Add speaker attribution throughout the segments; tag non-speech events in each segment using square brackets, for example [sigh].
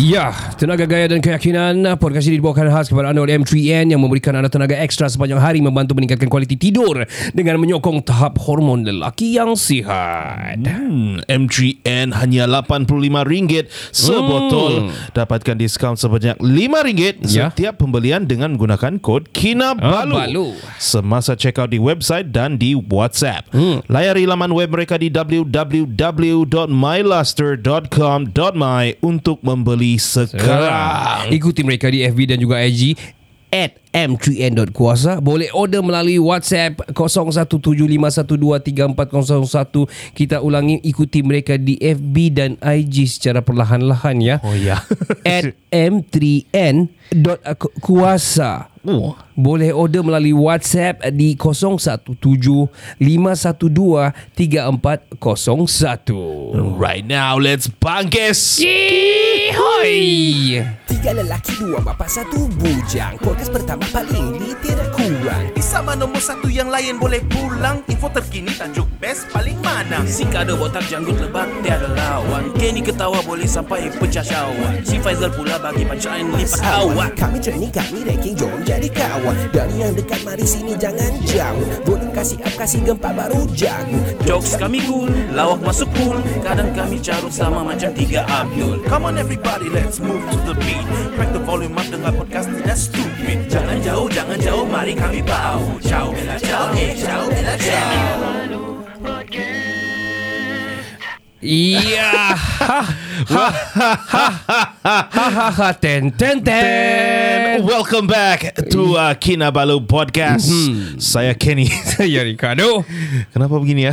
Speaker 1: Ya, tenaga gaya dan keyakinan Podcast ini dibawakan khas kepada anda oleh M3N Yang memberikan anda tenaga ekstra sepanjang hari Membantu meningkatkan kualiti tidur Dengan menyokong tahap hormon lelaki yang sihat
Speaker 2: Hmm, M3N hanya RM85 sebotol. Dapatkan diskaun sebanyak RM5
Speaker 1: Hmm. Ya.
Speaker 2: setiap pembelian dengan menggunakan kod KINABALU.
Speaker 1: Ah, Balu.
Speaker 2: Semasa check out di website dan di WhatsApp.
Speaker 1: Hmm.
Speaker 2: Layari laman web mereka di www.myluster.com.my untuk membeli sekarang.
Speaker 1: Ikuti mereka di FB dan juga IG at m3n.kuasa boleh order melalui WhatsApp 0175123401 kita ulangi ikuti mereka di FB dan IG secara perlahan-lahan ya
Speaker 2: Oh ya.
Speaker 1: at m3n.kuasa
Speaker 2: Oh.
Speaker 1: uh, boleh order melalui WhatsApp di 0175123401
Speaker 2: Right now, let's bangkes.
Speaker 1: Hoi.
Speaker 3: Tiga lelaki, dua bapa, satu bujang Podcast pertama paling ini tidak kurang
Speaker 4: Di sama nombor satu yang lain boleh pulang Info terkini tajuk best paling mana Si kado botak janggut lebat tiada lawan Kenny ketawa boleh sampai pecah syawak Si Faizal pula bagi pancaan lipat awak
Speaker 3: Kami training, kami ranking, jom jadi kawan Dari yang dekat, mari sini jangan jauh Volume kasih up, kasih gempa baru jago
Speaker 4: Jokes kami cool, lawak masuk cool Kadang kami carut sama macam tiga Abdul Come on everybody, let's move to the beat Crack the volume up dengan podcast tidak stupid Jangan jauh, jangan jauh, mari kami bau Ciao, bella, ciao, eh, ciao, bella, ciao
Speaker 1: Iya. Ha ha ha ha ha ha ten
Speaker 2: And
Speaker 1: ten ten.
Speaker 2: welcome back to uh, Kinabalu Podcast.
Speaker 1: Mm-hmm.
Speaker 2: Saya Kenny. [laughs]
Speaker 1: Ya Ricardo.
Speaker 2: Kenapa begini ya?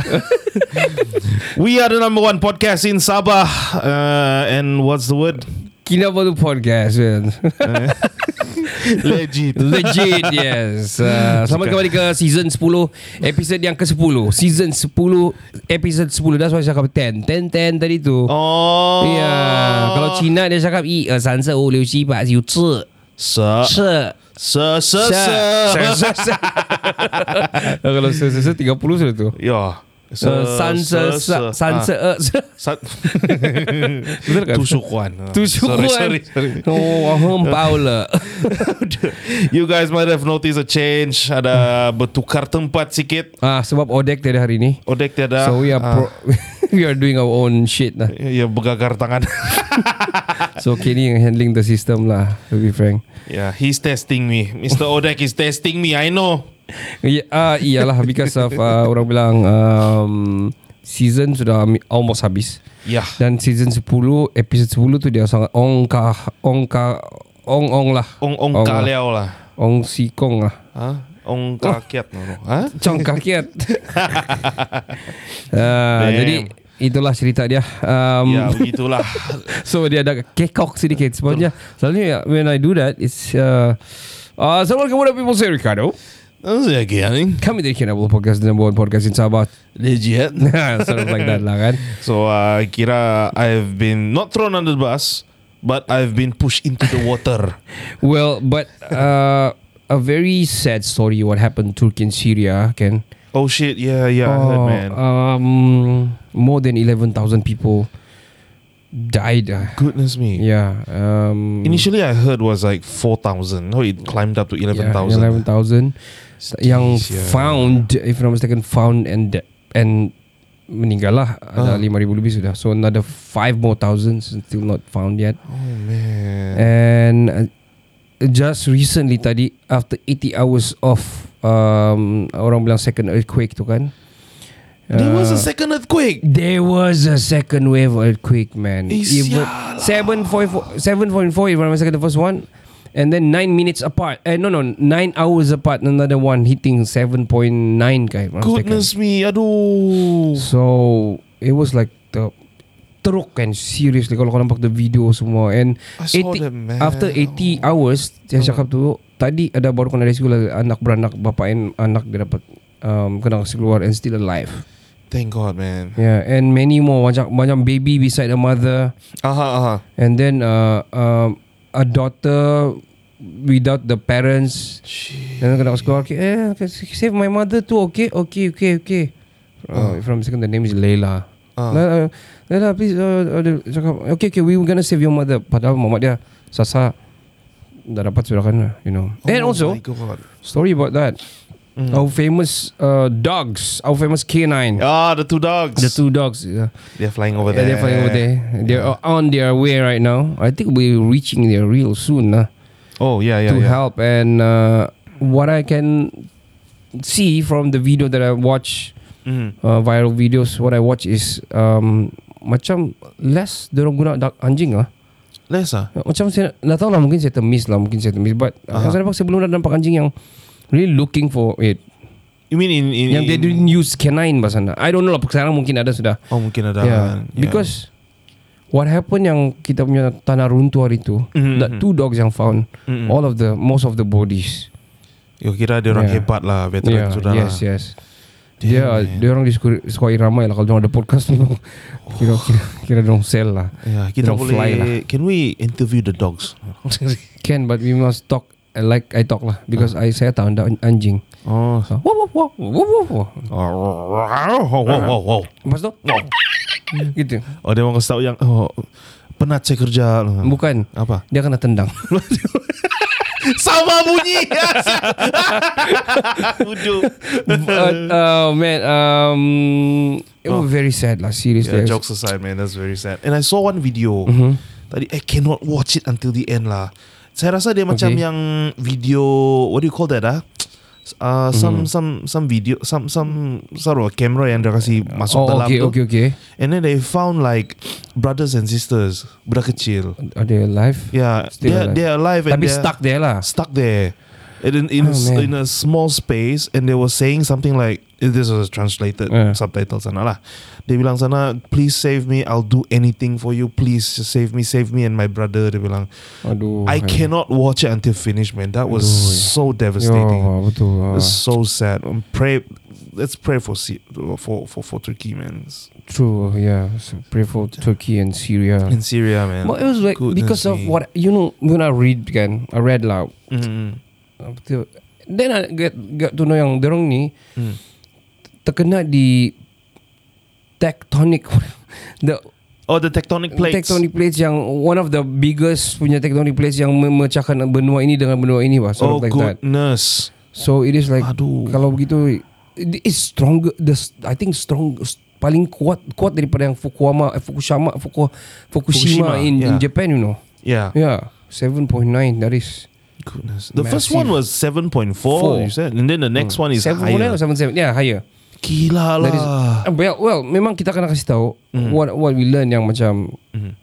Speaker 2: [laughs] We are the number one podcast in Sabah. Uh, and what's the word?
Speaker 1: Kina baru podcast kan?
Speaker 2: Legit.
Speaker 1: Legit
Speaker 2: [laughs]
Speaker 1: yes uh, Selamat kembali ke season 10 Episod yang ke-10 Season 10 Episod 10 That's why saya cakap 10 10 10 tadi tu
Speaker 2: Oh.
Speaker 1: Ya Kalau Cina dia cakap eh, 一二三四五六七八九十
Speaker 2: Se, se, se, se. [laughs]
Speaker 1: Oh, Kalau se se se 30 sudah tu
Speaker 2: Ya. Se,
Speaker 1: Uh, san se se
Speaker 2: Ah.
Speaker 1: san se uh, se
Speaker 2: San.
Speaker 1: [laughs] Betul kan?
Speaker 2: Tusukuan.
Speaker 1: Tusukuan.
Speaker 2: Sorry, sorry,
Speaker 1: [laughs]
Speaker 2: sorry.
Speaker 1: Oh, aham Paula.
Speaker 2: You guys might have noticed a change. Ada bertukar tempat sikit.
Speaker 1: ah, sebab Odek tiada hari ni.
Speaker 2: Odek tiada.
Speaker 1: So we are
Speaker 2: Ah,
Speaker 1: pro, [laughs] we are doing our own shit lah.
Speaker 2: Ya, bergagar tangan. [laughs]
Speaker 1: So Kenny yang handling the system lah, to be frank.
Speaker 2: Yeah, he's testing me. Mr.
Speaker 1: Oh.
Speaker 2: Odek is testing me. I know.
Speaker 1: Ya, ah, iyalah because of ah, orang bilang um, season sudah mi- almost habis.
Speaker 2: Yeah.
Speaker 1: Dan season 10, episode 10 tu dia sangat ongkah, ongkah, ong ong lah.
Speaker 2: Ong ong
Speaker 1: Ong lah.
Speaker 2: kaliau lah.
Speaker 1: Ong si kong lah.
Speaker 2: Ha? Ong
Speaker 1: Oh.
Speaker 2: kakiat no, no. Ha?
Speaker 1: Cong
Speaker 2: [laughs]
Speaker 1: kakiat. Ah, jadi itulah cerita dia. Um,
Speaker 2: Ya, begitulah.
Speaker 1: [laughs] So dia ada kekok sedikit Sebenarnya Selalunya when I do that It's uh, uh, Assalamualaikum warahmatullahi wabarakatuh Saya Ricardo
Speaker 2: Saya kian.
Speaker 1: Kami dari Kinabalu Podcast The number one podcast in Sabah [laughs]
Speaker 2: Legit.
Speaker 1: Sort of like that lah kan
Speaker 2: So uh, I kira I've been not thrown under the bus, but I've been pushed into the
Speaker 1: [laughs]
Speaker 2: water.
Speaker 1: Well but uh, A very sad story What happened Turkey and Syria Kan
Speaker 2: Oh shit! Yeah, yeah, I heard,
Speaker 1: Oh,
Speaker 2: man.
Speaker 1: um, More than 11,000 people Died uh,
Speaker 2: Goodness me.
Speaker 1: Yeah um,
Speaker 2: Initially, I heard was like four thousand. Oh, it climbed up to eleven
Speaker 1: Yeah,
Speaker 2: thousand.
Speaker 1: 11,000 yang
Speaker 2: yeah.
Speaker 1: found if I'm not mistaken found and and meninggal lah
Speaker 2: Uh-huh.
Speaker 1: ada 5,000 lebih sudah so another 5 more thousands still not found yet
Speaker 2: Oh man.
Speaker 1: and uh, just recently tadi after 80 hours of um, orang bilang second earthquake tu kan
Speaker 2: there was a
Speaker 1: uh,
Speaker 2: second earthquake.
Speaker 1: There was a second wave earthquake, man.
Speaker 2: Eh,
Speaker 1: Even-
Speaker 2: sialah.
Speaker 1: 7.4, 7.4 if I remember the first one. And then 9 minutes apart. Eh, no, no, 9 hours apart. Another one hitting 7.9, guy. if I'm not
Speaker 2: Goodness me,
Speaker 1: mistaken.
Speaker 2: aduh.
Speaker 1: So, it was like the teruk kan seriously kalau kau nampak the video semua and
Speaker 2: I saw that, man. Oh.
Speaker 1: after 80 hours dia cakap tu tadi ada baru kan kena rescue lah anak beranak bapa and anak dia dapat um, kena kasih keluar and still alive
Speaker 2: Thank God, man.
Speaker 1: Yeah, and many more macam macam baby beside a mother
Speaker 2: Aha, aha.
Speaker 1: and then uh, um, a daughter without the parents. Dan kena sekolah okay, eh, okay, save my mother too. Okay, okay, okay, okay. Uh, From second, the name is Leila. Uh. Leila, Leila, please. Uh, uh, dia cakap, okay, okay, we were gonna save your mother. Padahal mamat dia sasa dah dapat surakan lah, you know. Oh and also,
Speaker 2: my God.
Speaker 1: story about that. Mm. Our famous uh, dogs, our famous canine.
Speaker 2: Ah, the two dogs.
Speaker 1: The two dogs. Yeah.
Speaker 2: They're flying over there.
Speaker 1: Yeah, they're flying over there. They're on their way right now. I think we're reaching there real soon uh,
Speaker 2: Oh, yeah, yeah.
Speaker 1: to
Speaker 2: yeah.
Speaker 1: help. And uh, what I can see from the video that I watch,
Speaker 2: Mhm.
Speaker 1: uh, viral videos, what I watch is um, macam less dorong guna dak- anjing ah.
Speaker 2: Less, ah?
Speaker 1: Macam saya nak tahu lah mungkin saya termiss lah mungkin saya termiss but uh-huh. saya nampak saya belum ada nampak anjing yang really looking for it.
Speaker 2: You mean in... in
Speaker 1: Yang they
Speaker 2: in,
Speaker 1: didn't use canine bahasa anda. I don't know lah sekarang mungkin ada sudah.
Speaker 2: Oh, mungkin ada.
Speaker 1: Yeah. Because what happened yang kita punya tanah runtuh hari tu, mm-hmm. that two dogs yang found mm-hmm. all of the most of the bodies.
Speaker 2: Yo, kira dia orang
Speaker 1: Yeah.
Speaker 2: hebat lah. Veteran
Speaker 1: yeah,
Speaker 2: sudah
Speaker 1: Ya, yes,
Speaker 2: lah.
Speaker 1: yes. Dia dia orang di sekolah, sekolah ramai lah kalau dia orang ada podcast
Speaker 2: [laughs]
Speaker 1: ni. Kira kira, kira dia orang sell lah.
Speaker 2: Yeah, kita
Speaker 1: Dia orang
Speaker 2: boleh...
Speaker 1: fly lah.
Speaker 2: Can we interview the dogs?
Speaker 1: Can but we must talk uh, like I talk lah because
Speaker 2: Ah.
Speaker 1: I saya tahu anda anjing.
Speaker 2: Oh.
Speaker 1: So, wow wow wow wow wow. wow.
Speaker 2: Oh, oh, oh, oh, oh.
Speaker 1: Lepas tu [laughs] gitu.
Speaker 2: Oh, dia orang kasih tahu yang... Oh, penat saya kerja.
Speaker 1: Bukan.
Speaker 2: Apa?
Speaker 1: Dia kena tendang.
Speaker 2: [laughs] Sama bunyi. [laughs] Ujuk.
Speaker 1: uh, oh man, um, it was very sad lah. Seriously,
Speaker 2: Oh. Yeah, jokes aside, man, that's very sad. And I saw one video
Speaker 1: Mm-hmm.
Speaker 2: tadi. I cannot watch it until the end lah. Saya rasa dia macam
Speaker 1: Okay.
Speaker 2: yang video. What do you call that? Ah, uh,
Speaker 1: Mm-hmm.
Speaker 2: some some some video, some some sort of camera yang dia kasi masuk
Speaker 1: Oh,
Speaker 2: dalam
Speaker 1: okay,
Speaker 2: tu.
Speaker 1: okay, okay.
Speaker 2: And then they found like brothers and sisters, budak kecil.
Speaker 1: Are they alive?
Speaker 2: Yeah,
Speaker 1: Still
Speaker 2: they're,
Speaker 1: alive.
Speaker 2: they're alive and
Speaker 1: Tapi
Speaker 2: they're
Speaker 1: stuck there lah.
Speaker 2: stuck there. And in in,
Speaker 1: Oh, man.
Speaker 2: in a small space and they were saying something like this was translated
Speaker 1: Yeah.
Speaker 2: subtitle sana lah. Dia bilang sana please save me I'll do anything for you please just save me save me and my brother dia bilang
Speaker 1: Aduh.
Speaker 2: I
Speaker 1: hai.
Speaker 2: cannot watch it until finish man that was
Speaker 1: Aduh.
Speaker 2: so devastating.
Speaker 1: Oh, Yo, betul. ah.
Speaker 2: It's so sad. Um, pray let's pray for Si- for for for Turkey man It's-
Speaker 1: True. Yeah. So pray for Turkey and Syria.
Speaker 2: in Syria man.
Speaker 1: But it was like
Speaker 2: Goodness
Speaker 1: because of
Speaker 2: me.
Speaker 1: what you know when I read kan, I read lah.
Speaker 2: Mm,
Speaker 1: Betul. Then I get get to know yang derong ni
Speaker 2: mm.
Speaker 1: terkena di tectonic [laughs] the
Speaker 2: Oh the tectonic plates.
Speaker 1: tectonic plates yang one of the biggest punya tectonic plates yang memecahkan benua ini dengan benua ini bah. Sort
Speaker 2: Oh
Speaker 1: of like that.
Speaker 2: goodness.
Speaker 1: So it is like
Speaker 2: Aduh.
Speaker 1: kalau begitu it is stronger the I think strong paling kuat kuat daripada yang Fukushima eh, Fukushima Fuku, Fukushima,
Speaker 2: Fukushima,
Speaker 1: in, in
Speaker 2: yeah.
Speaker 1: Japan you know.
Speaker 2: Yeah.
Speaker 1: Yeah, 7.9 that is.
Speaker 2: Goodness. The first
Speaker 1: Massive.
Speaker 2: one was 7.4,
Speaker 1: Four.
Speaker 2: you
Speaker 1: Mm.
Speaker 2: said. And then the next one is
Speaker 1: 7.9
Speaker 2: higher.
Speaker 1: or 77. Yeah, higher.
Speaker 2: Gila
Speaker 1: That is,
Speaker 2: lah.
Speaker 1: well, well, memang kita kena kasih tahu
Speaker 2: Mhm.
Speaker 1: what what we learn yang macam
Speaker 2: Mhm.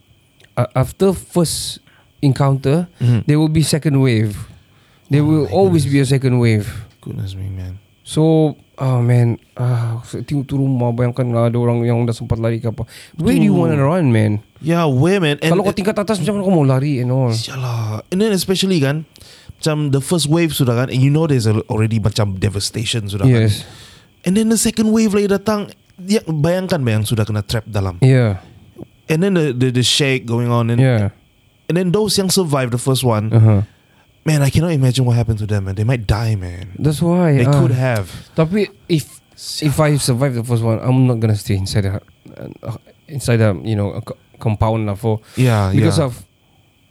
Speaker 1: uh, after first encounter
Speaker 2: Mhm.
Speaker 1: there will be second wave. There
Speaker 2: Oh
Speaker 1: will always be a second wave.
Speaker 2: Goodness me, man.
Speaker 1: So Oh man ah, Tengok tu rumah Bayangkan lah ada orang yang dah sempat lari ke apa Where do you want to run man
Speaker 2: Yeah, where, man? And,
Speaker 1: Kalau kau tingkat atas Macam mana kau mau lari and all
Speaker 2: Sialah. And then especially kan, macam the first wave sudah kan, and you know there's a- already macam devastation sudah kan.
Speaker 1: Yes
Speaker 2: And then the second wave lagi datang, ya, bayangkan bayang sudah kena trap dalam.
Speaker 1: Yeah
Speaker 2: And then the, the the shake going on. And,
Speaker 1: Yeah
Speaker 2: and then those yang survive the first one,
Speaker 1: uh-huh.
Speaker 2: man, I cannot imagine what happened to them, man. They might die, man.
Speaker 1: That's why
Speaker 2: They
Speaker 1: ah.
Speaker 2: could have.
Speaker 1: Tapi if If I survive the first one I'm not gonna stay inside the uh, Inside the You know a co- Compound lah for
Speaker 2: Yeah,
Speaker 1: Because
Speaker 2: Ah, yeah.
Speaker 1: of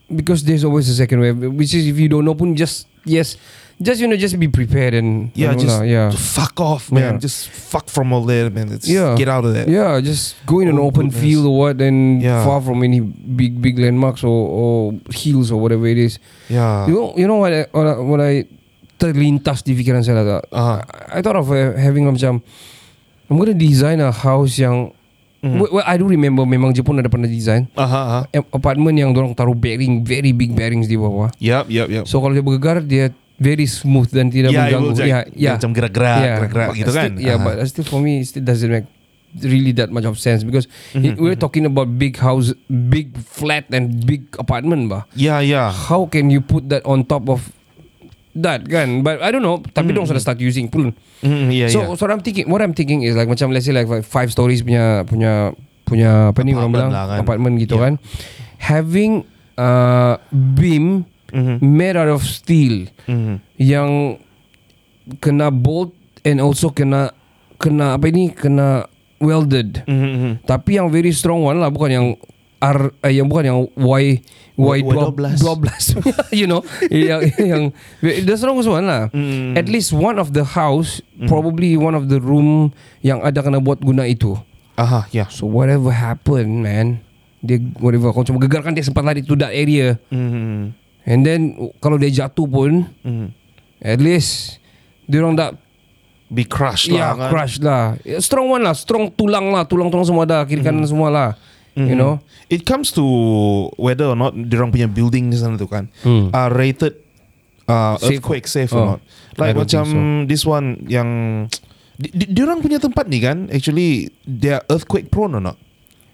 Speaker 1: Because there's always a second wave Which is if you don't know pun Just Yes Just you know Just be prepared and
Speaker 2: Yeah,
Speaker 1: and all
Speaker 2: just
Speaker 1: lah, Yeah
Speaker 2: fuck off, man.
Speaker 1: Yeah.
Speaker 2: Just fuck from all there, man. Let's
Speaker 1: Yeah.
Speaker 2: get out of there.
Speaker 1: Yeah, just go in an
Speaker 2: Oh,
Speaker 1: open
Speaker 2: goodness.
Speaker 1: field or what, and
Speaker 2: Yeah.
Speaker 1: far from any big big landmarks or, or hills or whatever it is.
Speaker 2: Yeah.
Speaker 1: you know, you know what I, what I, what I terlintas di fikiran saya lah. tak?
Speaker 2: Ah.
Speaker 1: I, I thought of uh, having macam I'm gonna design a house yang
Speaker 2: Mm.
Speaker 1: well, well, I do remember memang Jepun ada pernah design
Speaker 2: Uh huh. Uh-huh.
Speaker 1: a- apartment yang dorong taruh bearing very big bearings di bawah.
Speaker 2: Yep. Yep. Yep.
Speaker 1: So kalau dia bergegar dia very smooth dan tidak
Speaker 2: yeah, it
Speaker 1: mengganggu.
Speaker 2: will jack-
Speaker 1: yeah, yeah.
Speaker 2: Macam gerak-gerak, gerak-gerak
Speaker 1: but
Speaker 2: gitu kan.
Speaker 1: still, Yeah,
Speaker 2: Ah.
Speaker 1: but still for me, it still doesn't make really that much of sense because
Speaker 2: Mhm,
Speaker 1: it- we're talking about big house, big flat and big apartment, bah.
Speaker 2: yeah, yeah.
Speaker 1: How can you put that on top of that kan But I don't know Tapi mm. dong sudah start using pun
Speaker 2: Mm, Mhm, yeah,
Speaker 1: So
Speaker 2: yeah.
Speaker 1: so I'm thinking What I'm thinking is like Macam let's say like Five stories punya Punya Punya Apa ni orang
Speaker 2: Apartment
Speaker 1: bilang
Speaker 2: lah kan.
Speaker 1: Apartment gitu
Speaker 2: Yeah.
Speaker 1: kan Having uh, Beam
Speaker 2: Hmm. Mm-hmm.
Speaker 1: Made out of steel
Speaker 2: Mhm.
Speaker 1: Yang Kena bolt And also kena Kena apa ini Kena Welded
Speaker 2: Mhm, mhm.
Speaker 1: Tapi yang very strong one lah Bukan yang R eh, yang bukan yang Y
Speaker 2: Y-
Speaker 1: Y dua-
Speaker 2: 12.
Speaker 1: 12 [laughs] You know yang, yang The strongest one lah
Speaker 2: Mm-hmm.
Speaker 1: mm. At least one of the house mm. Probably one of the room Yang ada kena buat guna itu
Speaker 2: Aha, Uh-huh, yeah.
Speaker 1: So whatever happened man Dia whatever Kau cuma gegarkan dia sempat lari to that area
Speaker 2: Mhm.
Speaker 1: And then Kalau dia jatuh pun
Speaker 2: Mhm.
Speaker 1: At least Dia orang tak
Speaker 2: Be crushed
Speaker 1: Ya
Speaker 2: lah
Speaker 1: yeah,
Speaker 2: kan.
Speaker 1: crush lah Strong one lah Strong tulang lah Tulang-tulang semua ada Kiri kanan
Speaker 2: Hmm.
Speaker 1: semua lah You know
Speaker 2: It comes to whether or not Diorang punya building sana tu kan
Speaker 1: Hmm.
Speaker 2: Are rated uh,
Speaker 1: Safe.
Speaker 2: Earthquake safe
Speaker 1: Oh.
Speaker 2: or not Like
Speaker 1: I don't
Speaker 2: macam
Speaker 1: think
Speaker 2: This one yang di, di, Diorang punya tempat ni kan Actually They are earthquake prone or not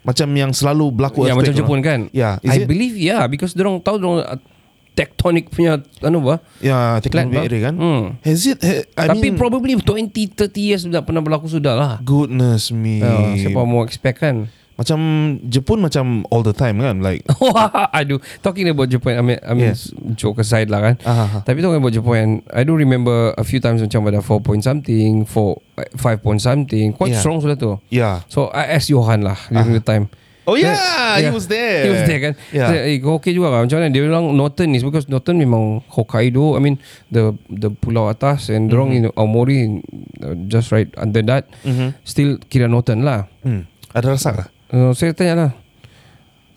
Speaker 2: Macam yang selalu berlaku
Speaker 1: Ya macam
Speaker 2: earthquake or
Speaker 1: Jepun
Speaker 2: not?
Speaker 1: kan
Speaker 2: Yeah Ya, is
Speaker 1: I
Speaker 2: it?
Speaker 1: believe yeah Because dorong tahu dorong uh, Tectonic punya Anu apa
Speaker 2: Ya, Teklan
Speaker 1: Teklan,
Speaker 2: Bay
Speaker 1: bang.
Speaker 2: kan.
Speaker 1: Hmm.
Speaker 2: Has it? eh, I
Speaker 1: Tapi
Speaker 2: mean,
Speaker 1: probably 20 30 years Sudah pernah berlaku sudah lah
Speaker 2: goodness me.
Speaker 1: yeah. Oh, Siapa mau expect kan
Speaker 2: Macam Jepun macam all the time kan, like.
Speaker 1: Oh. [laughs] Aduh Talking about Japan I mean, I mean
Speaker 2: Yes.
Speaker 1: joke aside lah kan
Speaker 2: Aha.
Speaker 1: Tapi talking about Japan kan, I do remember A few times macam ada 4 point something 4 5 point something
Speaker 2: Yeah.
Speaker 1: Quite strong sudah tu
Speaker 2: Yeah.
Speaker 1: So I ask Johan lah During the time
Speaker 2: Oh yeah, he
Speaker 1: Yeah.
Speaker 2: was there.
Speaker 1: He was there kan
Speaker 2: Yeah.
Speaker 1: Saya, Eh kau okay juga kan Macam mana Dia bilang Northern is Because Northern memang Hokkaido I mean The the pulau atas And dorong
Speaker 2: Mhm.
Speaker 1: in Aomori uh, Just right under that Still kira Northern lah
Speaker 2: Mm-hmm. Hmm. Ada rasa tak?
Speaker 1: uh, Saya tanya lah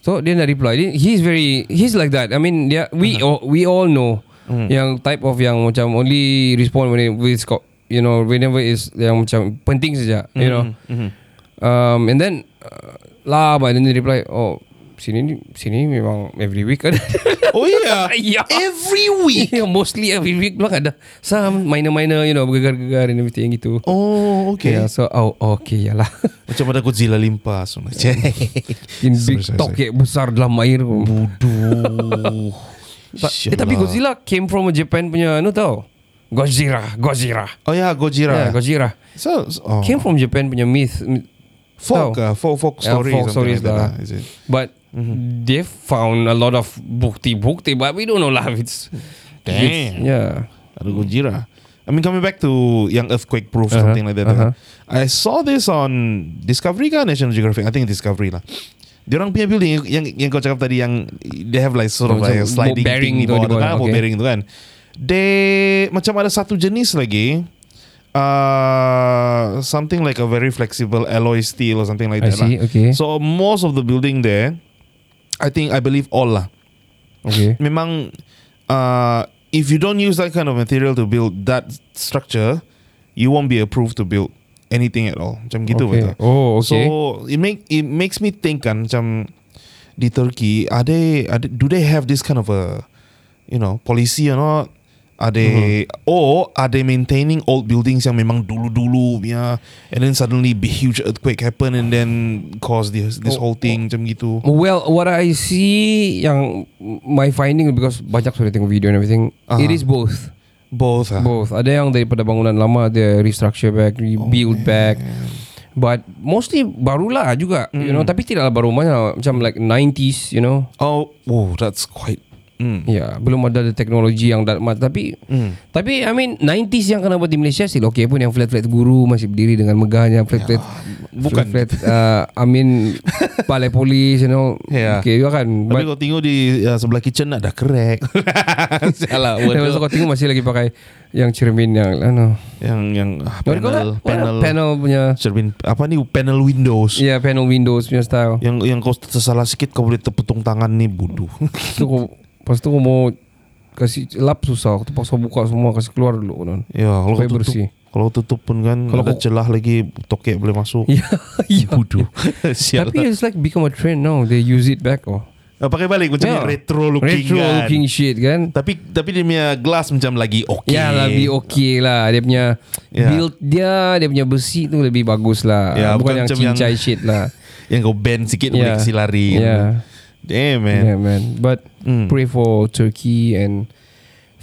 Speaker 1: So dia nak reply dia, He's very He's like that I mean dia, We
Speaker 2: Uh-huh.
Speaker 1: all, we all know
Speaker 2: Hmm.
Speaker 1: Yang type of yang Macam only respond When it, with, co- You know Whenever is Yang macam Penting saja
Speaker 2: Hmm,
Speaker 1: You know Um, and then uh, lah, but then they reply, oh sini ni sini memang every week ada.
Speaker 2: [laughs] Oh
Speaker 1: [laughs]
Speaker 2: yeah.
Speaker 1: yeah.
Speaker 2: Every week.
Speaker 1: yeah, mostly every week memang ada some minor-minor you know bergegar-gegar and everything gitu.
Speaker 2: Oh, okay.
Speaker 1: Yeah, so oh, okay ya lah.
Speaker 2: Macam ada Godzilla limpah semua.
Speaker 1: [laughs] In big
Speaker 2: Sorry, sorry,
Speaker 1: talk yang besar dalam air.
Speaker 2: Bodoh.
Speaker 1: Ta- eh, tapi
Speaker 2: Sialah.
Speaker 1: Godzilla came from a Japan punya anu tau. Godzilla, Godzilla.
Speaker 2: Oh yeah, Godzilla.
Speaker 1: Yeah, Godzilla.
Speaker 2: So, so- oh.
Speaker 1: Came from Japan punya myth. myth-
Speaker 2: folk, uh,
Speaker 1: tau.
Speaker 2: folk, folk
Speaker 1: Yeah,
Speaker 2: stories.
Speaker 1: folk
Speaker 2: something
Speaker 1: stories
Speaker 2: like that
Speaker 1: lah.
Speaker 2: lah, is it?
Speaker 1: But they found a lot of bukti-bukti but we don't know lah if it's
Speaker 2: Damn.
Speaker 1: it's- yeah.
Speaker 2: Ada Gojira. I mean coming back to yang earthquake proof
Speaker 1: Uh-huh,
Speaker 2: something like that.
Speaker 1: uh-huh.
Speaker 2: I saw this on Discovery kan National Geographic. I think Discovery lah. Diorang punya building yang yang kau cakap tadi yang they have like sort of like a
Speaker 1: Macam
Speaker 2: sliding
Speaker 1: bearing
Speaker 2: thing di bawah
Speaker 1: tu, di
Speaker 2: tu
Speaker 1: bawah,
Speaker 2: kan,
Speaker 1: okay.
Speaker 2: okay. bearing tu kan. They macam ada satu jenis lagi uh, something like a very flexible alloy steel or something like
Speaker 1: I
Speaker 2: that
Speaker 1: see,
Speaker 2: lah.
Speaker 1: okay.
Speaker 2: So most of the building there I think I believe all lah
Speaker 1: Okay.
Speaker 2: memang uh, if you don't use that kind of material to build that structure, you won't be approved to build anything at all. Macam gitu betul.
Speaker 1: Okay. Oh, okay.
Speaker 2: So it make it makes me think kan macam di Turkey are they, are they- do they have this kind of a you know policy or not? Are they
Speaker 1: Mm-hmm.
Speaker 2: or are they maintaining old buildings yang memang dulu-dulu punya and then suddenly big huge earthquake happen and then cause this
Speaker 1: Oh,
Speaker 2: this whole thing macam gitu.
Speaker 1: Well, what I see yang my finding because banyak sudah tengok video and everything, uh-huh.
Speaker 2: Aha.
Speaker 1: it is both.
Speaker 2: Both. ah.
Speaker 1: Both. Ada yang daripada bangunan lama dia restructure back,
Speaker 2: Oh,
Speaker 1: rebuild back. But mostly barulah juga,
Speaker 2: Hmm.
Speaker 1: you know, tapi tidaklah baru mana macam like 90s, you know.
Speaker 2: Oh, oh, that's quite. Mm.
Speaker 1: Ya, yeah, belum ada the teknologi yang dah tapi
Speaker 2: Hmm.
Speaker 1: mm. tapi I mean 90s yang kena buat di Malaysia still okay pun yang flat-flat guru masih berdiri dengan megahnya flat-flat
Speaker 2: Ya, bukan.
Speaker 1: flat, uh, I
Speaker 2: [laughs]
Speaker 1: mean balai polis you know.
Speaker 2: Ya.
Speaker 1: Okay juga kan.
Speaker 2: Tapi kau tengok di uh, sebelah kitchen ada
Speaker 1: [laughs]
Speaker 2: crack. Salah
Speaker 1: Dan masa kau tengok masih lagi pakai yang cermin yang ano.
Speaker 2: yang yang ah,
Speaker 1: Kau
Speaker 2: panel
Speaker 1: nak- kau nak
Speaker 2: panel
Speaker 1: panel punya.
Speaker 2: cermin apa ni panel windows.
Speaker 1: Ya, yeah, panel windows punya style.
Speaker 2: Yang yang kau tersalah sikit kau boleh terpetung tangan ni
Speaker 1: [laughs]
Speaker 2: bodoh.
Speaker 1: Lepas tu kau lepas tu kau mau kasih lap susah, kau terpaksa buka semua kasih keluar dulu kan.
Speaker 2: ya, kalau
Speaker 1: Supaya
Speaker 2: kau tutup,
Speaker 1: bersih.
Speaker 2: kalau tutup pun kan
Speaker 1: Kalau
Speaker 2: kalau ada
Speaker 1: kau-
Speaker 2: celah lagi tokek boleh masuk.
Speaker 1: [laughs] Ya, ya.
Speaker 2: Bodoh. [laughs] Sial.
Speaker 1: Tapi it's like become a trend now. They use it back oh.
Speaker 2: Ah, pakai balik macam
Speaker 1: Ya.
Speaker 2: retro looking
Speaker 1: Retro
Speaker 2: kan.
Speaker 1: looking shit kan.
Speaker 2: Tapi tapi dia punya glass macam lagi okay.
Speaker 1: Ya lebih okey lah Dia punya yeah.
Speaker 2: Ya.
Speaker 1: Build dia Dia punya besi tu lebih bagus lah
Speaker 2: Ya, bukan
Speaker 1: Bukan yang
Speaker 2: macam yang-
Speaker 1: cincai shit lah
Speaker 2: [laughs] Yang kau bend sikit boleh
Speaker 1: Ya.
Speaker 2: kasi lari.
Speaker 1: Ya.
Speaker 2: Damn man.
Speaker 1: Yeah man But
Speaker 2: Mm.
Speaker 1: Pray for Turkey and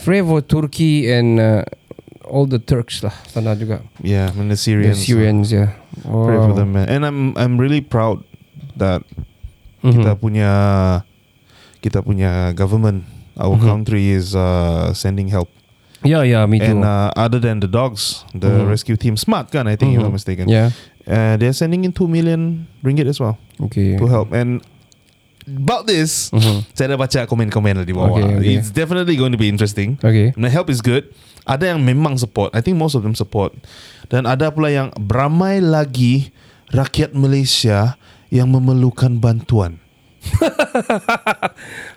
Speaker 1: Pray for Turkey and uh, all the Turks lah sana juga.
Speaker 2: Yeah, I mean the
Speaker 1: The
Speaker 2: Syrians. uh,
Speaker 1: Syrians yeah. Wow.
Speaker 2: Pray for them, man. And I'm I'm really proud that
Speaker 1: Mhm.
Speaker 2: kita punya kita punya government, our
Speaker 1: Mhm.
Speaker 2: country is uh, sending help.
Speaker 1: Yeah yeah me too.
Speaker 2: And uh, other than the dogs, the
Speaker 1: Mhm.
Speaker 2: rescue team, smart gun, I think if I'm
Speaker 1: Mhm.
Speaker 2: not mistaken.
Speaker 1: yeah.
Speaker 2: Uh, they're sending in two million ringgit as well
Speaker 1: Okay.
Speaker 2: to help. And about this,
Speaker 1: Mhm.
Speaker 2: saya dah baca komen-komen lah di bawah.
Speaker 1: Okay, okay.
Speaker 2: It's definitely going to be interesting.
Speaker 1: Okay.
Speaker 2: The help is good. Ada yang memang support. I think most of them support. Dan ada pula yang beramai lagi rakyat Malaysia yang memerlukan [laughs] bantuan.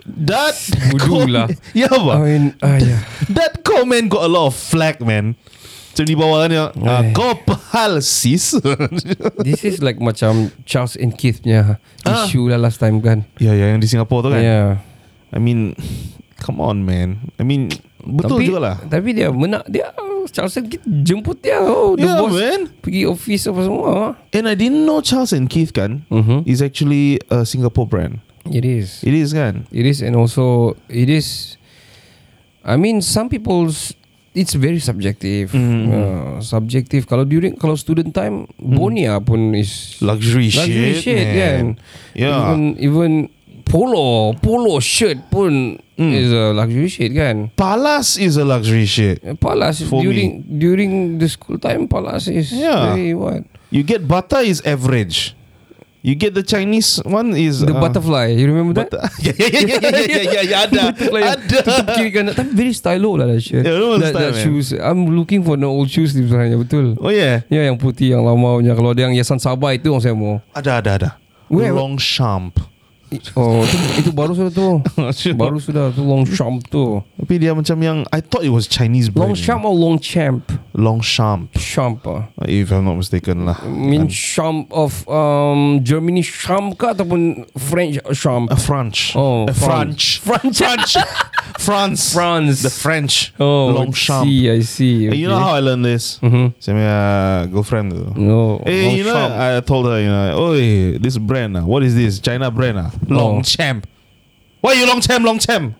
Speaker 2: that
Speaker 1: Bodoh
Speaker 2: com-
Speaker 1: lah.
Speaker 2: Ya apa?
Speaker 1: I mean, ah,
Speaker 2: [laughs]
Speaker 1: yeah.
Speaker 2: That comment got a lot of flack, man. Macam di bawah kan yang, ah,
Speaker 1: Eh.
Speaker 2: kau pahal sis. [laughs]
Speaker 1: This is like macam Charles and Keith punya
Speaker 2: Ah.
Speaker 1: issue lah last time kan.
Speaker 2: ya, ya, yang di Singapura tu kan.
Speaker 1: Yeah.
Speaker 2: I mean, come on, man. I mean, betul
Speaker 1: tapi,
Speaker 2: juga lah.
Speaker 1: Tapi dia menak dia Charles and Keith jemput dia. Oh, the
Speaker 2: Yeah,
Speaker 1: boss
Speaker 2: Ya, man.
Speaker 1: pergi office apa semua.
Speaker 2: And I didn't know Charles and Keith kan
Speaker 1: Mhm.
Speaker 2: is actually a Singapore brand.
Speaker 1: It is.
Speaker 2: It is kan?
Speaker 1: It is and also it is I mean some people's it's very subjective.
Speaker 2: Mm.
Speaker 1: Uh, subjective kalau during kalau student time
Speaker 2: Mm-hmm.
Speaker 1: Bonia pun is
Speaker 2: Luxury,
Speaker 1: luxury
Speaker 2: shit, kan? Mm-hmm.
Speaker 1: shit,
Speaker 2: man. Yeah.
Speaker 1: Even even polo polo shirt pun
Speaker 2: Hmm.
Speaker 1: is a luxury shit kan.
Speaker 2: Palace is a luxury shit.
Speaker 1: Palas is
Speaker 2: For me. Ya.
Speaker 1: during during the school time Palas is
Speaker 2: Yeah.
Speaker 1: very what
Speaker 2: You get Bata is average. You get the Chinese one is uh, [laughs]
Speaker 1: the
Speaker 2: Ya,
Speaker 1: butterfly you remember that?
Speaker 2: Bata- [laughs] yeah, yeah, yeah, yeah, yeah, yeah, yeah, yeah, ada,
Speaker 1: [laughs] Butterfly yang tutup
Speaker 2: ada.
Speaker 1: kiri kanan Tapi very stylo lah that shit
Speaker 2: Yeah, that was
Speaker 1: that,
Speaker 2: style,
Speaker 1: that
Speaker 2: man.
Speaker 1: shoes I'm looking for the old shoes ni sebenarnya betul
Speaker 2: Oh yeah,
Speaker 1: Ya yang putih yang lama punya Kalau ada yang hiasan Sabah itu yang saya mau
Speaker 2: ada, ada, ada.
Speaker 1: Where-
Speaker 2: Long champ. [laughs]
Speaker 1: Oh itu, itu baru sudah tu Baru sudah tu Longchamp tu
Speaker 2: Tapi dia macam yang I thought it was Chinese brand.
Speaker 1: Longchamp or Longchamp?
Speaker 2: Longchamp,
Speaker 1: Champ ah.
Speaker 2: if I'm not mistaken lah.
Speaker 1: Mean champ of um, Germany champ ke ataupun French champ?
Speaker 2: A French.
Speaker 1: Oh,
Speaker 2: a French.
Speaker 1: France.
Speaker 2: French.
Speaker 1: [laughs]
Speaker 2: France.
Speaker 1: France.
Speaker 2: The French.
Speaker 1: Oh,
Speaker 2: Long
Speaker 1: I
Speaker 2: champ.
Speaker 1: see, I see.
Speaker 2: And You know how I learned this?
Speaker 1: Mhm.
Speaker 2: Saya punya girlfriend tu.
Speaker 1: No.
Speaker 2: Hey, Eh, you know,
Speaker 1: Mm. Longchamp.
Speaker 2: I told her, you know, oh, this brand, ah, what is this? China brand, ah, Long
Speaker 1: Oh.
Speaker 2: Champ. Why you Long Champ? Long Champ.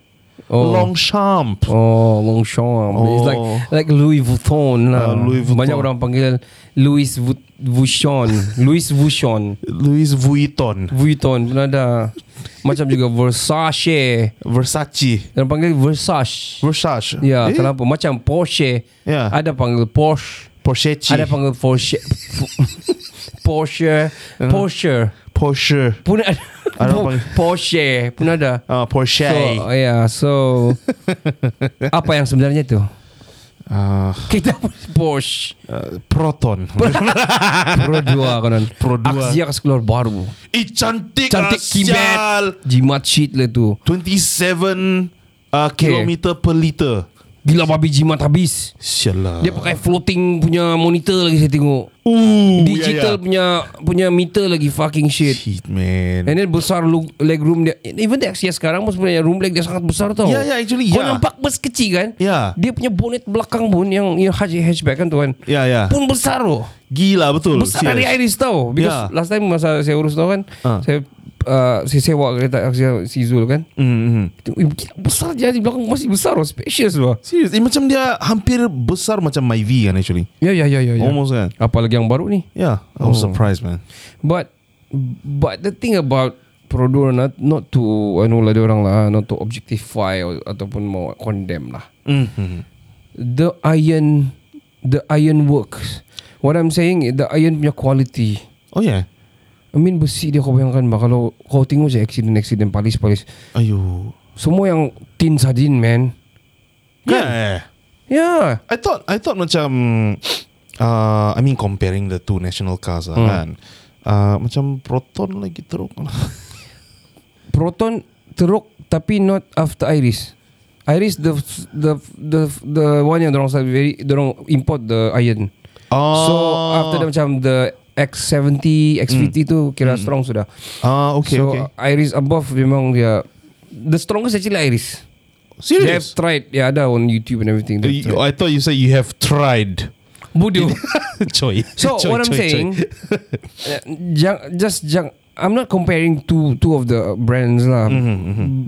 Speaker 1: Oh.
Speaker 2: Long Champ.
Speaker 1: Oh, Longchamp. It's like
Speaker 2: Oh.
Speaker 1: like Louis Vuitton
Speaker 2: Ah,
Speaker 1: lah.
Speaker 2: Louis Vuitton.
Speaker 1: Banyak orang panggil Louis Vu-
Speaker 2: [laughs]
Speaker 1: Vuitton. Louis Vuitton.
Speaker 2: Louis Vuitton.
Speaker 1: Vuitton pun ada. Macam juga Versace.
Speaker 2: Versace.
Speaker 1: Orang panggil Versace.
Speaker 2: Versace.
Speaker 1: Ya,
Speaker 2: Eh?
Speaker 1: kenapa? Macam Porsche.
Speaker 2: Ya.
Speaker 1: Ada panggil Porsche.
Speaker 2: Porsche.
Speaker 1: Ada panggil Porsche. Porsche. Porsche.
Speaker 2: Porsche.
Speaker 1: Uh-huh. Pun ada.
Speaker 2: Ada panggil-
Speaker 1: Porsche. Pun ada.
Speaker 2: Ah, Porsche.
Speaker 1: So, yeah,
Speaker 2: [laughs]
Speaker 1: so apa yang sebenarnya itu?
Speaker 2: Ah,
Speaker 1: Kita pun Porsche.
Speaker 2: uh, Proton.
Speaker 1: [laughs] Pro 2 kanan.
Speaker 2: Pro dua.
Speaker 1: Axia kasi keluar baru.
Speaker 2: Eh, cantik,
Speaker 1: Cantik
Speaker 2: cantik
Speaker 1: kibat.
Speaker 2: sial.
Speaker 1: Jimat shit lah tu.
Speaker 2: 27 uh, kilometer per liter.
Speaker 1: Gila babi jimat habis.
Speaker 2: Sial lah.
Speaker 1: Dia pakai floating punya monitor lagi saya tengok.
Speaker 2: Ooh, yeah, yeah.
Speaker 1: Digital punya punya meter lagi fucking shit.
Speaker 2: Shit, man.
Speaker 1: Hmm. And then besar lu- leg room dia. Even the Axia sekarang pun sebenarnya room leg dia sangat besar tau.
Speaker 2: Yeah, yeah, actually,
Speaker 1: Kau
Speaker 2: yeah.
Speaker 1: nampak bus kecil kan?
Speaker 2: Yeah.
Speaker 1: Dia punya bonnet belakang pun yang, yang hatch- hatchback kan tu kan.
Speaker 2: Ya, ya.
Speaker 1: Pun besar loh.
Speaker 2: Gila betul.
Speaker 1: Besar dari
Speaker 2: Serious.
Speaker 1: Iris tau Because
Speaker 2: Yeah.
Speaker 1: yeah. last time Masa saya urus tau kan
Speaker 2: Ah.
Speaker 1: Saya uh, Saya sewa kereta Saya si Zul kan
Speaker 2: Mm-hmm.
Speaker 1: Itu, eh, gila, Besar je di belakang Masih besar loh Spacious loh
Speaker 2: Serius, eh, macam dia hampir besar macam my V kan actually.
Speaker 1: Ya ya ya ya ya.
Speaker 2: Almost kan.
Speaker 1: Apalagi yang baru ni
Speaker 2: Yeah, I was
Speaker 1: Oh.
Speaker 2: surprised man.
Speaker 1: But But the thing about Product not, not to Anu lah dia orang lah Not to objectify or, Ataupun mau condemn lah
Speaker 2: Mm-hmm.
Speaker 1: The iron The iron works What I'm saying is The iron punya quality
Speaker 2: Oh yeah.
Speaker 1: I mean besi dia kau bayangkan bah, Kalau kau tengok je accident-accident Palis-palis
Speaker 2: Ayo.
Speaker 1: Semua yang tin sardin man Ya,
Speaker 2: Kan?
Speaker 1: Yeah
Speaker 2: I thought I thought macam [sniffs] uh, I mean comparing the two national cars lah
Speaker 1: Hmm.
Speaker 2: kan. Uh, macam Proton lagi teruk lah.
Speaker 1: Proton teruk Tapi not after Iris Iris the the the the one yang dorong very dorong import the iron.
Speaker 2: Oh.
Speaker 1: So after that macam the X70, X50 tu kira strong sudah.
Speaker 2: Ah, Hmm. okay,
Speaker 1: so
Speaker 2: okay.
Speaker 1: Iris above memang dia the strongest actually Iris. They have
Speaker 2: Serious?
Speaker 1: tried ya ada on YouTube and everything. they've
Speaker 2: You-
Speaker 1: tried.
Speaker 2: I thought you said you have tried. [laughs]
Speaker 1: Bodoh.
Speaker 2: Choi.
Speaker 1: So
Speaker 2: [laughs] Choi,
Speaker 1: what I'm
Speaker 2: choi, choi.
Speaker 1: saying, uh, jang- just jang- I'm
Speaker 2: Mm-hmm,
Speaker 1: not comparing two two of the brands lah,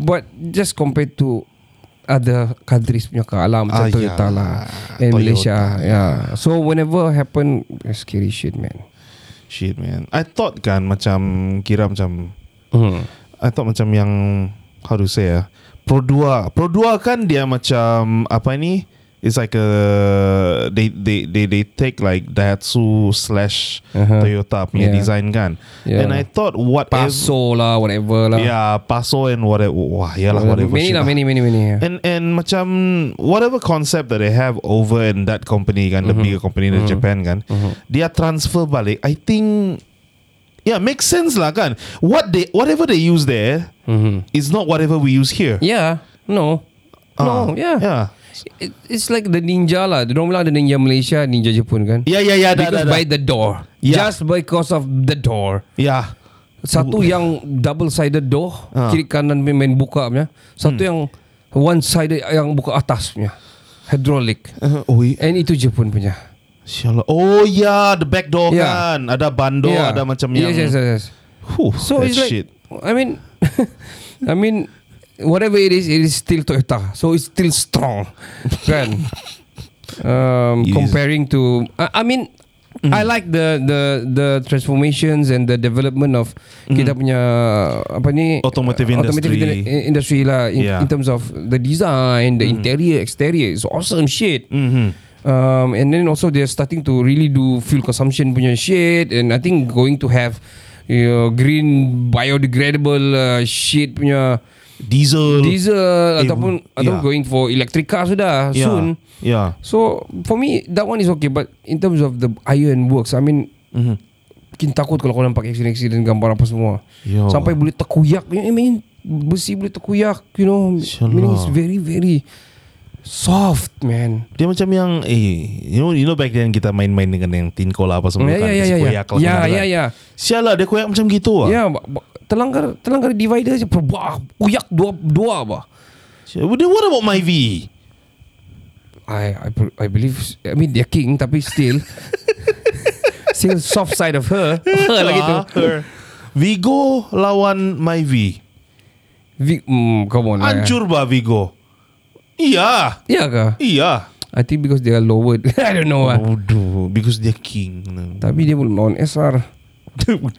Speaker 1: but just compared to other countries punya car lah macam
Speaker 2: Ah,
Speaker 1: ah, Toyota
Speaker 2: yeah.
Speaker 1: lah and
Speaker 2: Toyota,
Speaker 1: Malaysia yeah. so whenever happen it's scary shit man
Speaker 2: Shit man I thought kan macam Kira macam
Speaker 1: hmm.
Speaker 2: I thought macam yang How to say ah Pro 2 Pro 2 kan dia macam Apa ni It's like a They they they, they take like Daihatsu Slash
Speaker 1: Uh-huh.
Speaker 2: Toyota punya
Speaker 1: Yeah.
Speaker 2: design kan
Speaker 1: Yeah.
Speaker 2: And I thought what
Speaker 1: Paso lah whatever lah
Speaker 2: Yeah Paso and whatever Wah yalah whatever
Speaker 1: many
Speaker 2: shit Eh.
Speaker 1: lah many many many yeah.
Speaker 2: And and macam whatever concept that they have over in that company kan,
Speaker 1: Mhm.
Speaker 2: the bigger company in Japan kan, dia transfer balik. I think yeah, makes sense lah kan. What they whatever they use there is not whatever we use here.
Speaker 1: Hmm. Mm-hmm. yeah no
Speaker 2: Ah,
Speaker 1: no yeah,
Speaker 2: Yeah.
Speaker 1: It, it's like the ninja lah the normal lah the ninja Malaysia ninja Jepun kan
Speaker 2: Yeah, yeah, yeah. That,
Speaker 1: because
Speaker 2: that, that.
Speaker 1: by the door
Speaker 2: Yeah.
Speaker 1: just because of the door
Speaker 2: yeah.
Speaker 1: Satu yang double sided door
Speaker 2: Ah.
Speaker 1: Kiri kanan main, main buka punya Satu
Speaker 2: Hmm.
Speaker 1: yang one sided yang buka atas punya Hydraulic
Speaker 2: Uh, oh, yeah.
Speaker 1: And itu je pun punya
Speaker 2: Inshallah. oh yeah, the back door
Speaker 1: Yeah.
Speaker 2: kan. Ada bando,
Speaker 1: Yeah.
Speaker 2: ada macam yang.
Speaker 1: Ya. yes, yes, yes, yes.
Speaker 2: Whew,
Speaker 1: So
Speaker 2: Oh, that
Speaker 1: it's like
Speaker 2: shit.
Speaker 1: I mean [laughs] I mean Whatever it is It is still Toyota So it's still strong
Speaker 2: [laughs]
Speaker 1: Kan um,
Speaker 2: Yes. Mm.
Speaker 1: Comparing to I, I mean I like the the the transformations and the development of kita punya apa ni
Speaker 2: Mm.
Speaker 1: Uh,
Speaker 2: Automotive
Speaker 1: automotive
Speaker 2: industry.
Speaker 1: in- industry lah in,
Speaker 2: Yeah. Mm.
Speaker 1: in terms of the design, the interior, exterior is awesome shit.
Speaker 2: Mhm.
Speaker 1: Um, and then also they're starting to really do fuel consumption punya shit, and I think going to have you know, green biodegradable uh, shit punya
Speaker 2: Diesel.
Speaker 1: diesel
Speaker 2: Eh,
Speaker 1: ataupun
Speaker 2: yeah.
Speaker 1: ataupun going for electric car sudah
Speaker 2: Yeah.
Speaker 1: soon.
Speaker 2: Yeah.
Speaker 1: So for me that one is okay, but in terms of the iron works, I mean.
Speaker 2: Mm-hmm.
Speaker 1: Makin takut kalau kau nampak accident-accident gambar apa semua.
Speaker 2: Yo.
Speaker 1: Sampai boleh terkuyak. I mean, besi boleh terkuyak. You know,
Speaker 2: Inshallah.
Speaker 1: meaning it's very, very soft, man.
Speaker 2: Dia macam yang eh you know you know back then kita main-main dengan yang tin cola apa semua
Speaker 1: Ya,
Speaker 2: kan.
Speaker 1: ya, ya, ya.
Speaker 2: Koyak kalau
Speaker 1: Ya,
Speaker 2: kena
Speaker 1: ya,
Speaker 2: kan.
Speaker 1: ya.
Speaker 2: Sial lah dia koyak macam gitu ah.
Speaker 1: Ya, ba- ba- terlanggar terlanggar divider je. Wah, kuyak dua dua apa?
Speaker 2: Sial, Then what about my V?
Speaker 1: I I be- I believe I mean they're king tapi still [laughs] still soft side of her. her lah lagi tu.
Speaker 2: Ah, her. Vigo lawan my V.
Speaker 1: Vi, mm, come on. lah.
Speaker 2: Hancur bah Vigo. Iya.
Speaker 1: Ya ke?
Speaker 2: Iya.
Speaker 1: I think because they are lowered. [laughs] I don't know. Oh.
Speaker 2: Waduh, because dia king.
Speaker 1: Tapi dia belum lawan
Speaker 2: [laughs]
Speaker 1: SR.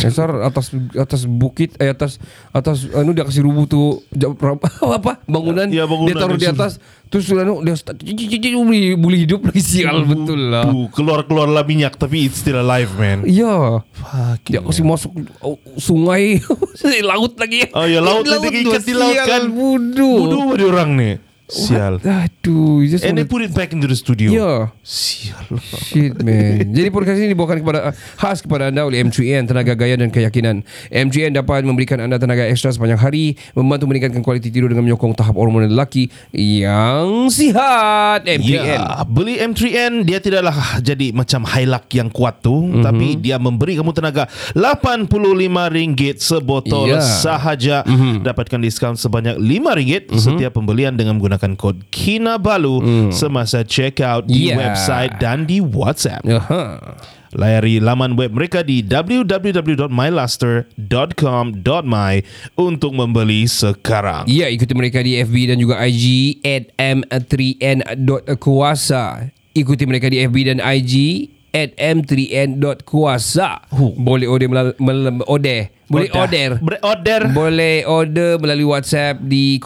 Speaker 1: SR atas atas bukit eh atas atas anu dia kasih rubuh tu ja- ra- [laughs] apa bangunan,
Speaker 2: Ya, bangunan
Speaker 1: dia taruh di
Speaker 2: yang
Speaker 1: atas terus sudah anu dia start- cik- cik- cik- boleh boleh hidup lagi sial betul lah.
Speaker 2: Duh, keluar-keluar lah minyak tapi it's still alive, man.
Speaker 1: Ya.
Speaker 2: Fucking
Speaker 1: Dia kasih masuk oh, sungai [laughs] laut lagi.
Speaker 2: Oh ya laut,
Speaker 1: Laut
Speaker 2: laut dia
Speaker 1: dua
Speaker 2: ikat di laut
Speaker 1: sial,
Speaker 2: kan.
Speaker 1: bodoh.
Speaker 2: Bodoh pada orang ni. Sial.
Speaker 1: Aduh, you just
Speaker 2: And they put
Speaker 1: wanna-
Speaker 2: it back into the studio.
Speaker 1: Ya.
Speaker 2: Sial.
Speaker 1: Shit man Jadi podcast ini dibawakan kepada eh, Khas kepada anda oleh M3N Tenaga gaya dan keyakinan M3N dapat memberikan anda tenaga ekstra sepanjang hari Membantu meningkatkan kualiti tidur Dengan menyokong tahap hormonal lelaki Yang sihat M3N yeah.
Speaker 2: Ya, beli M3N dia tidaklah jadi macam Hilux yang kuat tu,
Speaker 1: Mhm.
Speaker 2: mm-hmm. tapi dia memberi kamu tenaga RM85 sebotol
Speaker 1: Ya. Mhm.
Speaker 2: sahaja. Mm-hmm. Dapatkan diskaun sebanyak RM5 mm-hmm. setiap pembelian dengan menggunakan kod
Speaker 1: Mhm.
Speaker 2: KINABALU mm. semasa check out di
Speaker 1: Ya.
Speaker 2: website dan di WhatsApp.
Speaker 1: Aha.
Speaker 2: Layari laman web mereka di www.myluster.com.my untuk membeli sekarang.
Speaker 1: Ya ikuti mereka di FB dan juga IG At M3N.kuasa Ikuti mereka di FB dan IG At M3N.kuasa Boleh order melal- melal- Order Boleh order
Speaker 2: Bre- Order.
Speaker 1: Boleh order melalui WhatsApp di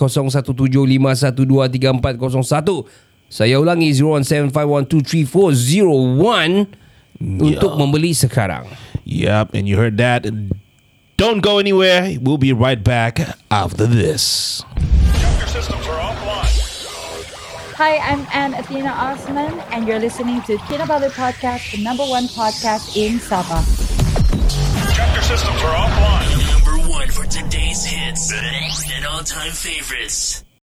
Speaker 1: 0175123401. Saya ulangi 0175123401 untuk membeli sekarang.
Speaker 2: Yep, and you heard that. Don't go anywhere. We'll be right back after this.
Speaker 5: Hi, I'm Anne Athena Osman, and you're listening to Kinabalu Podcast, the number one podcast in Sabah.
Speaker 6: Number one for today's hits and all-time favorites.